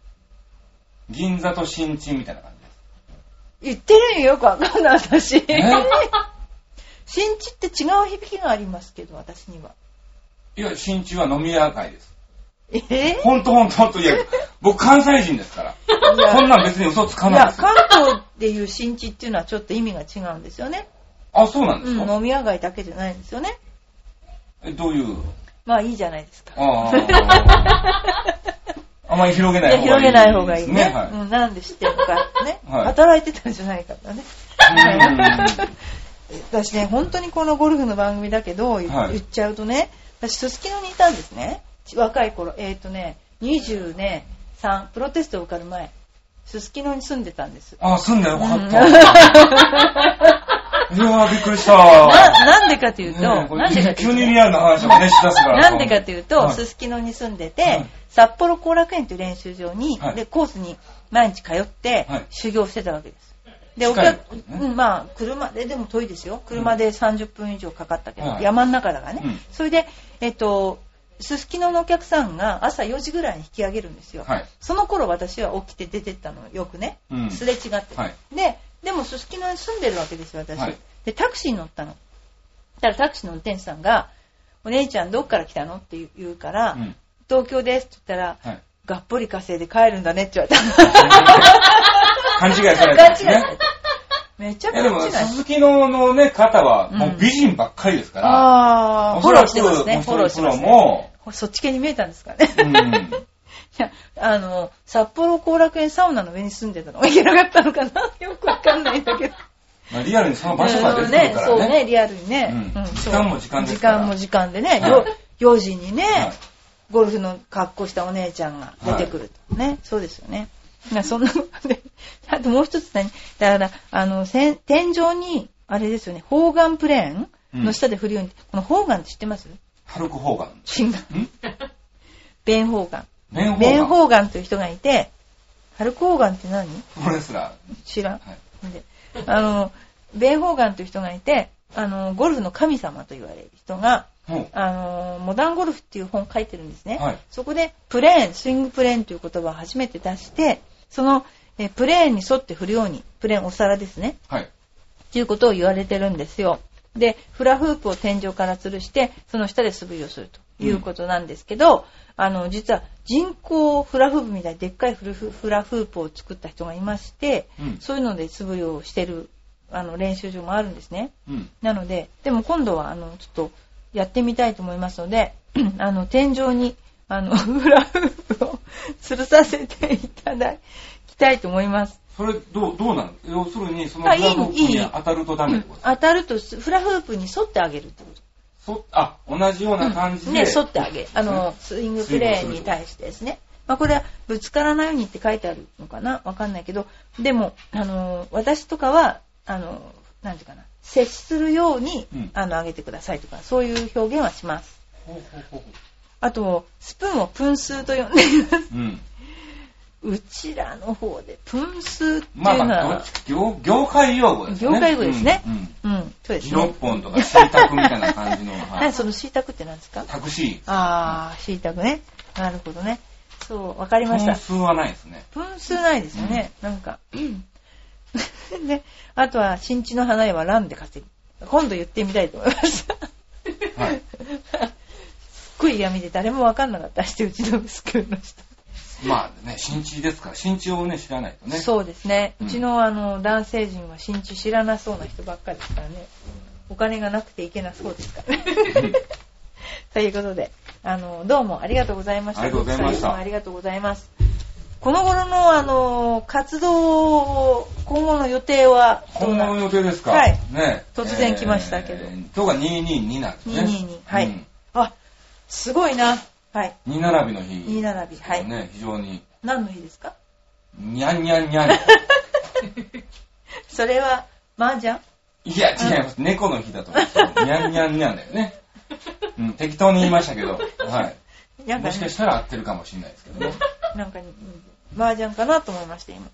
[SPEAKER 2] 銀座と新地みたいな感じ
[SPEAKER 1] 言
[SPEAKER 2] です。
[SPEAKER 1] ってる意味よくわかんない、私。
[SPEAKER 2] え
[SPEAKER 1] 新地って違う響きがありますけど、私には。
[SPEAKER 2] いや、新地は飲み屋街です。
[SPEAKER 1] えー
[SPEAKER 2] ほんとほんとほんと、 いや、僕関西人ですから。
[SPEAKER 1] いや
[SPEAKER 2] こんなん別に嘘つか
[SPEAKER 1] い
[SPEAKER 2] ない
[SPEAKER 1] や、
[SPEAKER 2] ですよ。
[SPEAKER 1] 関東でいう新地っていうのはちょっと意味が違うんですよね。
[SPEAKER 2] あ、そうなんで
[SPEAKER 1] う
[SPEAKER 2] す
[SPEAKER 1] ん、
[SPEAKER 2] か
[SPEAKER 1] 飲み屋街だけじゃないんですよね。
[SPEAKER 2] え、どういう
[SPEAKER 1] まあいいじゃないですか。
[SPEAKER 2] ああ。あまり広げない
[SPEAKER 1] や
[SPEAKER 2] い方がいい。
[SPEAKER 1] 広げない方がいいね。
[SPEAKER 2] はい。
[SPEAKER 1] うん、なんで知ってるのかね、
[SPEAKER 2] はい
[SPEAKER 1] 働いてたんじゃないからね。
[SPEAKER 2] うん
[SPEAKER 1] 私ね、本当にこのゴルフの番組だけど、言
[SPEAKER 2] はい
[SPEAKER 1] 言っちゃうとね、私、すすきのにいたんですね。ち若い頃、えっ、とね、20ね、3、プロテストを受かる前、すすきのに住んでたんです。
[SPEAKER 2] あ、住んだよか
[SPEAKER 1] うん
[SPEAKER 2] った。いやー、びっくりした。
[SPEAKER 1] ななんでかというと、
[SPEAKER 2] ねえこれ
[SPEAKER 1] なんでかという
[SPEAKER 2] 急
[SPEAKER 1] と
[SPEAKER 2] に
[SPEAKER 1] ね、
[SPEAKER 2] リアルな話をね、しだすから。
[SPEAKER 1] なんでかというと、
[SPEAKER 2] は
[SPEAKER 1] すすきのに住んでて、
[SPEAKER 2] はい
[SPEAKER 1] 札幌後楽園という練習場に、
[SPEAKER 2] はい
[SPEAKER 1] でコースに毎日通って、
[SPEAKER 2] はい
[SPEAKER 1] 修行してたわけです。で、お
[SPEAKER 2] 近い
[SPEAKER 1] 客
[SPEAKER 2] とこ、ね
[SPEAKER 1] うん、まあ、車で、でも遠いですよ。車で30分以上かかったけど、
[SPEAKER 2] はい
[SPEAKER 1] 山の中だからね。
[SPEAKER 2] うん
[SPEAKER 1] それで、えっと、すすきののお客さんが朝4時ぐらいに引き上げるんですよ。
[SPEAKER 2] はい
[SPEAKER 1] その頃私は起きて出てったの、よくね。
[SPEAKER 2] うん
[SPEAKER 1] すれ違って。
[SPEAKER 2] はい
[SPEAKER 1] で、でもすすきのに住んでるわけですよ、私。
[SPEAKER 2] はい
[SPEAKER 1] で、タクシーに乗ったの。たらタクシーの運転手さんが、お姉ちゃんどっから来たのって言うから、
[SPEAKER 2] うん
[SPEAKER 1] 東京ですって言ったら、
[SPEAKER 2] はい。
[SPEAKER 1] がっぽり稼いで帰るんだねって言われた。
[SPEAKER 2] 勘違いさ
[SPEAKER 1] 勘
[SPEAKER 2] れた
[SPEAKER 1] 違
[SPEAKER 2] ん
[SPEAKER 1] い
[SPEAKER 2] です
[SPEAKER 1] され
[SPEAKER 2] ね。
[SPEAKER 1] た。 めちゃ
[SPEAKER 2] い
[SPEAKER 1] くち
[SPEAKER 2] や
[SPEAKER 1] ゃ勘
[SPEAKER 2] でも、
[SPEAKER 1] 違いされ
[SPEAKER 2] 鈴木ののね、方は、もう美人ばっかりですか
[SPEAKER 1] た。
[SPEAKER 2] ら、
[SPEAKER 1] あー、フ
[SPEAKER 2] おそ
[SPEAKER 1] ォロ
[SPEAKER 2] ら
[SPEAKER 1] ー
[SPEAKER 2] く、
[SPEAKER 1] してますね、フォローしてます
[SPEAKER 2] も
[SPEAKER 1] ね。
[SPEAKER 2] う一人プロも、
[SPEAKER 1] そっち系に見えたんですかね。
[SPEAKER 2] うん
[SPEAKER 1] いや、あの、札幌後楽園サウナの上に住んでたの。いけなかったのかな よくわかんないんだけど。
[SPEAKER 2] まあリアルにその場所から出てくるか
[SPEAKER 1] そう
[SPEAKER 2] ら
[SPEAKER 1] ね、
[SPEAKER 2] ね。
[SPEAKER 1] リアルにね。
[SPEAKER 2] うん
[SPEAKER 1] そう
[SPEAKER 2] 時間も時間です
[SPEAKER 1] 時
[SPEAKER 2] から
[SPEAKER 1] 間も時間でね、
[SPEAKER 2] はい
[SPEAKER 1] よ4時にね、
[SPEAKER 2] はい
[SPEAKER 1] ゴルフの格好したお姉ちゃんが出てくると。ね、そうですよね。まあそんなことで、 あともう一つ何だから、あの、せん天井に、あれですよね、砲丸プレーンの下で振るように、この砲丸って知ってます
[SPEAKER 2] ハルク・ホーガ
[SPEAKER 1] 違
[SPEAKER 2] ン。
[SPEAKER 1] う。
[SPEAKER 2] ん
[SPEAKER 1] ベン・ホーガン。
[SPEAKER 2] メン・ホ
[SPEAKER 1] ベン・
[SPEAKER 2] ーガン。
[SPEAKER 1] ホーガンという人がいて、ハルコーガンって何
[SPEAKER 2] プロレスラー。
[SPEAKER 1] 知らん。
[SPEAKER 2] はい
[SPEAKER 1] であの、ベイホーガンという人がいて、あの、ゴルフの神様と言われる人が、
[SPEAKER 2] ほう。
[SPEAKER 1] あの、モダンゴルフっていう本を書いてるんですね。
[SPEAKER 2] はい
[SPEAKER 1] そこで、プレーン、スイングプレーンという言葉を初めて出して、その、えープレーンに沿って振るように、プレーンお皿ですね、
[SPEAKER 2] はい。
[SPEAKER 1] っていうことを言われてるんですよ。で、フラフープを天井から吊るして、その下で素振りをするということなんですけど、あの、実は人工フラフープみたいにでっかいフルフフラフープを作った人がいまして、
[SPEAKER 2] うん。
[SPEAKER 1] そういうので素振りをしてる、あの、練習場もあるんですね。
[SPEAKER 2] うん。
[SPEAKER 1] なので、でも今度は、あの、ちょっと、やってみたいと思いますので、 あの、天井に、あの、 フラフープを 吊るさせていただきたいと思います。
[SPEAKER 2] それ、どう、どうなの要するに、その
[SPEAKER 1] あ
[SPEAKER 2] フ
[SPEAKER 1] いいの
[SPEAKER 2] ラフープ
[SPEAKER 1] いい
[SPEAKER 2] に当たるとダメってことです
[SPEAKER 1] 当たるとす、フラフープに沿ってあげるってこと。
[SPEAKER 2] そあ、同じような感じで。
[SPEAKER 1] ね、沿ってあげる。あの、スイングプレーに対してですね。まあ、これは、ぶつからないようにって書いてあるのかなわかんないけど、でも、あの、私とかは、あの、なんていうかな、接するように
[SPEAKER 2] うん、
[SPEAKER 1] あの、あげてくださいとか、そういう表現はします。
[SPEAKER 2] ほうほうほうほ
[SPEAKER 1] あと、スプーンをプンスーと呼んでいます。
[SPEAKER 2] ううん。
[SPEAKER 1] うちらの方で、プンスーっていうの
[SPEAKER 2] まあまあ、ど
[SPEAKER 1] は
[SPEAKER 2] っ、ち業業界用語ですね。
[SPEAKER 1] 業界用語ですね
[SPEAKER 2] うんうん
[SPEAKER 1] うん、そうです
[SPEAKER 2] ギロッ
[SPEAKER 1] ね。
[SPEAKER 2] ポンとか、シータクみたいな感じ の。は
[SPEAKER 1] はいい、そのシータクって何ですか
[SPEAKER 2] タクシ
[SPEAKER 1] あー、シータクね。なるほどね。そう、わかり
[SPEAKER 2] ー。
[SPEAKER 1] ました
[SPEAKER 2] 本。数はないですね。
[SPEAKER 1] 分数ないですよね。なん か。ね。あとは、新地の花屋はランで稼ぐ。今度言ってみたいと思いました。
[SPEAKER 2] はい。
[SPEAKER 1] すっごい嫌味で誰もわかんなかったして、うちの息子の人。
[SPEAKER 2] まあね、新地ですから、新地をね、知らないとね。
[SPEAKER 1] そうですね。
[SPEAKER 2] う
[SPEAKER 1] うんちのあの男性陣は新地知らなそうな人ばっかりですからね。お金がなくていけなそうです からね。ということで、あの、どうもありがとうございました。
[SPEAKER 2] ありがとうございました
[SPEAKER 1] どもありがとうございます。この頃のあの、活動を、今後の予定はどう
[SPEAKER 2] 今
[SPEAKER 1] な
[SPEAKER 2] 後の予定ですか
[SPEAKER 1] はい
[SPEAKER 2] ね。
[SPEAKER 1] 突然来ましたけど
[SPEAKER 2] えー今日が222なんですね。
[SPEAKER 1] 222はい
[SPEAKER 2] うん
[SPEAKER 1] あ、すごいな。はい。
[SPEAKER 2] 二並びの日。
[SPEAKER 1] 二並びはい
[SPEAKER 2] ね、非常に、
[SPEAKER 1] 何の日ですか
[SPEAKER 2] にゃんにゃんにゃん。
[SPEAKER 1] それは、麻雀
[SPEAKER 2] いや、違います。猫の日だと思ってにゃんにゃんにゃんだよね。うん、適当に言いましたけど、はい。
[SPEAKER 1] なんか
[SPEAKER 2] もしか
[SPEAKER 1] ね、
[SPEAKER 2] したら合ってるかもしれないですけどね。
[SPEAKER 1] なんかね、うん麻雀かなと思いました、今。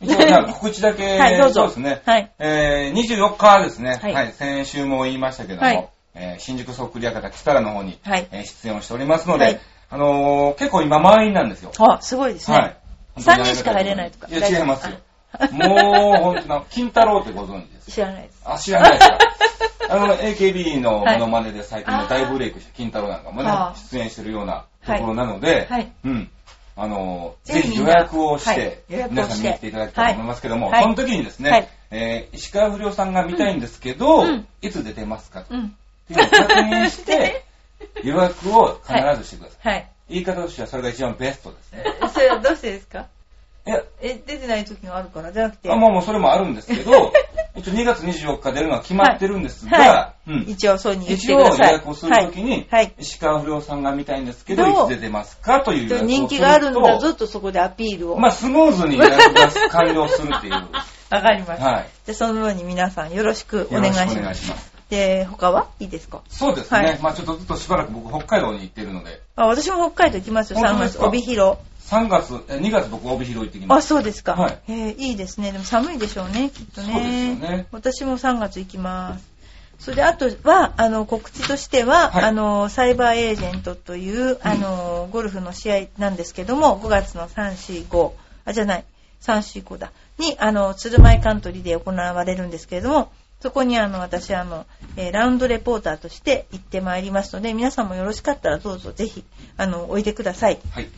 [SPEAKER 2] 一応、じゃあ告知だけ、
[SPEAKER 1] はいどうぞ
[SPEAKER 2] そうですね。
[SPEAKER 1] はい。
[SPEAKER 2] えー、24日ですね、
[SPEAKER 1] は
[SPEAKER 2] はいい、先週も言いましたけども、
[SPEAKER 1] はい
[SPEAKER 2] えー新宿そっくり館キタラの方に、
[SPEAKER 1] はい
[SPEAKER 2] えー出演をしておりますので、
[SPEAKER 1] はい
[SPEAKER 2] あのー結構今満員なんですよ。
[SPEAKER 1] あ、すごいですね。
[SPEAKER 2] はい。
[SPEAKER 1] 3人しか入れないとか。
[SPEAKER 2] いや、違いますよ。
[SPEAKER 1] 大丈夫
[SPEAKER 2] もう、本当な、金太郎ってご存知で す。
[SPEAKER 1] 知らないです。
[SPEAKER 2] あ、知らないで すか。あの、AKB のモノマネで最近の大ブレイクした金太郎なんかもね
[SPEAKER 1] あ、ー
[SPEAKER 2] 出演してるようなところなので、
[SPEAKER 1] はい
[SPEAKER 2] うん。あの、
[SPEAKER 1] ぜ
[SPEAKER 2] ぜ
[SPEAKER 1] ひ
[SPEAKER 2] ひ
[SPEAKER 1] みん
[SPEAKER 2] 予
[SPEAKER 1] な
[SPEAKER 2] 約をし
[SPEAKER 1] はい
[SPEAKER 2] て、
[SPEAKER 1] 予約をして
[SPEAKER 2] 皆さん見に来ていただきたいと思いますけども、
[SPEAKER 1] はい
[SPEAKER 2] その時にですね、
[SPEAKER 1] はい
[SPEAKER 2] えー石川不良さんが見たいんですけど、
[SPEAKER 1] うんうん
[SPEAKER 2] いつ出てますかっ
[SPEAKER 1] うん。
[SPEAKER 2] ていうのを確認して、 予約を必ずしてください。
[SPEAKER 1] はい。
[SPEAKER 2] 言い方としてはそれが一番ベストですね。
[SPEAKER 1] それはどうしてですか
[SPEAKER 2] いや、
[SPEAKER 1] え、出てない時があるからじゃなくて。
[SPEAKER 2] あまあもうそれもあるんですけ ど、一応2月24日出るのは決まってるんですが、
[SPEAKER 1] はい
[SPEAKER 2] うん
[SPEAKER 1] 一応そういうふうに言って
[SPEAKER 2] 一
[SPEAKER 1] くだ
[SPEAKER 2] 応予
[SPEAKER 1] さい。
[SPEAKER 2] 約をするときに、
[SPEAKER 1] はい。
[SPEAKER 2] 石川不良さんが見たいんですけど、
[SPEAKER 1] どう
[SPEAKER 2] いつ出てますかという予
[SPEAKER 1] はい、
[SPEAKER 2] 約をすると
[SPEAKER 1] 人気があるんだぞとそこでアピールを。
[SPEAKER 2] まあ、スムーズに予約が完了する っていう。
[SPEAKER 1] わかりました。
[SPEAKER 2] はい。
[SPEAKER 1] じゃあそのように皆さんよろしくお
[SPEAKER 2] よ
[SPEAKER 1] 願い
[SPEAKER 2] ろ
[SPEAKER 1] し
[SPEAKER 2] しく
[SPEAKER 1] ま
[SPEAKER 2] お
[SPEAKER 1] す。
[SPEAKER 2] 願いします。
[SPEAKER 1] で、他はいいですか
[SPEAKER 2] そうですね。
[SPEAKER 1] はい
[SPEAKER 2] まあ、ちょっとずっとしばらく僕、北海道に行ってるので、
[SPEAKER 1] あ私も北海道行きますよ、
[SPEAKER 2] 本
[SPEAKER 1] 3
[SPEAKER 2] 当で
[SPEAKER 1] 月
[SPEAKER 2] す。か
[SPEAKER 1] 帯広。
[SPEAKER 2] 3月、え2月僕、帯広行ってきま
[SPEAKER 1] あ、
[SPEAKER 2] す。
[SPEAKER 1] そうですか。
[SPEAKER 2] はい
[SPEAKER 1] えーいいですね。でも寒いでしょうね、きっとね。
[SPEAKER 2] そうですよね
[SPEAKER 1] 私も3月行きます。それで、あとは、あの、告知としては、
[SPEAKER 2] はい
[SPEAKER 1] あの、サイバーエージェントという、あの、ゴルフの試合なんですけども、5月の3、4、5、あ、じゃない、3、4、5だ、に、あの、鶴舞カントリーで行われるんですけれども、そこにあの、私、あの、えーラウンドレポーターとして行ってまいりますので、皆さんもよろしかったらどうぞぜひ、あの、おいでください。
[SPEAKER 2] はい。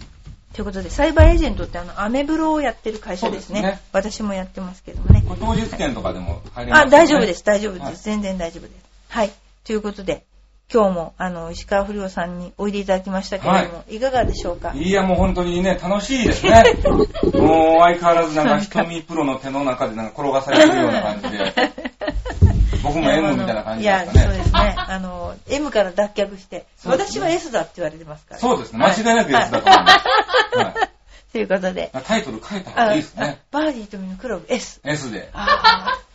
[SPEAKER 1] ということで、サイバーエージェントってあの、アメブロをやってる会社ですね。
[SPEAKER 2] そうですね
[SPEAKER 1] 私もやってますけどもね。
[SPEAKER 2] これ当日券とかでも入れます、
[SPEAKER 1] あ、大丈夫です、大丈夫です。
[SPEAKER 2] はい
[SPEAKER 1] 全然大丈夫です。はい。ということで、今日も、あの、石川不良さんにおいでいただきましたけれども、い、かがでしょうか
[SPEAKER 2] いや、もう本当にね、楽しいで すね。もう相変わらずなんか瞳プロの手の中でなんか転がされてるような感じで、 僕も M みたいな感じ
[SPEAKER 1] い
[SPEAKER 2] で
[SPEAKER 1] や、
[SPEAKER 2] す
[SPEAKER 1] そ
[SPEAKER 2] か
[SPEAKER 1] う
[SPEAKER 2] ね。
[SPEAKER 1] ですね。あの、M から脱却して、
[SPEAKER 2] そうです
[SPEAKER 1] 私
[SPEAKER 2] ね
[SPEAKER 1] は S だって言われてますから。
[SPEAKER 2] そうですね。間違いなくやつだと
[SPEAKER 1] はい
[SPEAKER 2] 思います。はい
[SPEAKER 1] ということ で、
[SPEAKER 2] タイトル変えた方がいいですね。
[SPEAKER 1] ああバーディーとミのクラブ S。
[SPEAKER 2] S で。
[SPEAKER 1] あー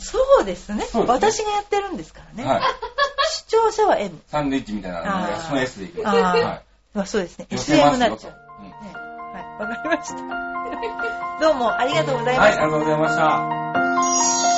[SPEAKER 1] そうですね
[SPEAKER 2] そうです
[SPEAKER 1] 私がやってるんですからね。
[SPEAKER 2] はい。
[SPEAKER 1] 視聴者は M。
[SPEAKER 2] サンドイッチみたいなので
[SPEAKER 1] あー
[SPEAKER 2] その S でいきます。
[SPEAKER 1] あー
[SPEAKER 2] は
[SPEAKER 1] まあ、そうですね。
[SPEAKER 2] い。寄せま
[SPEAKER 1] SM に
[SPEAKER 2] す
[SPEAKER 1] な
[SPEAKER 2] よ
[SPEAKER 1] っち
[SPEAKER 2] と。
[SPEAKER 1] ゃ
[SPEAKER 2] う
[SPEAKER 1] う。
[SPEAKER 2] ん
[SPEAKER 1] ね はい、わかりました。どうもありがとうございま
[SPEAKER 2] は
[SPEAKER 1] し
[SPEAKER 2] い、
[SPEAKER 1] た
[SPEAKER 2] あ。りがとうございました。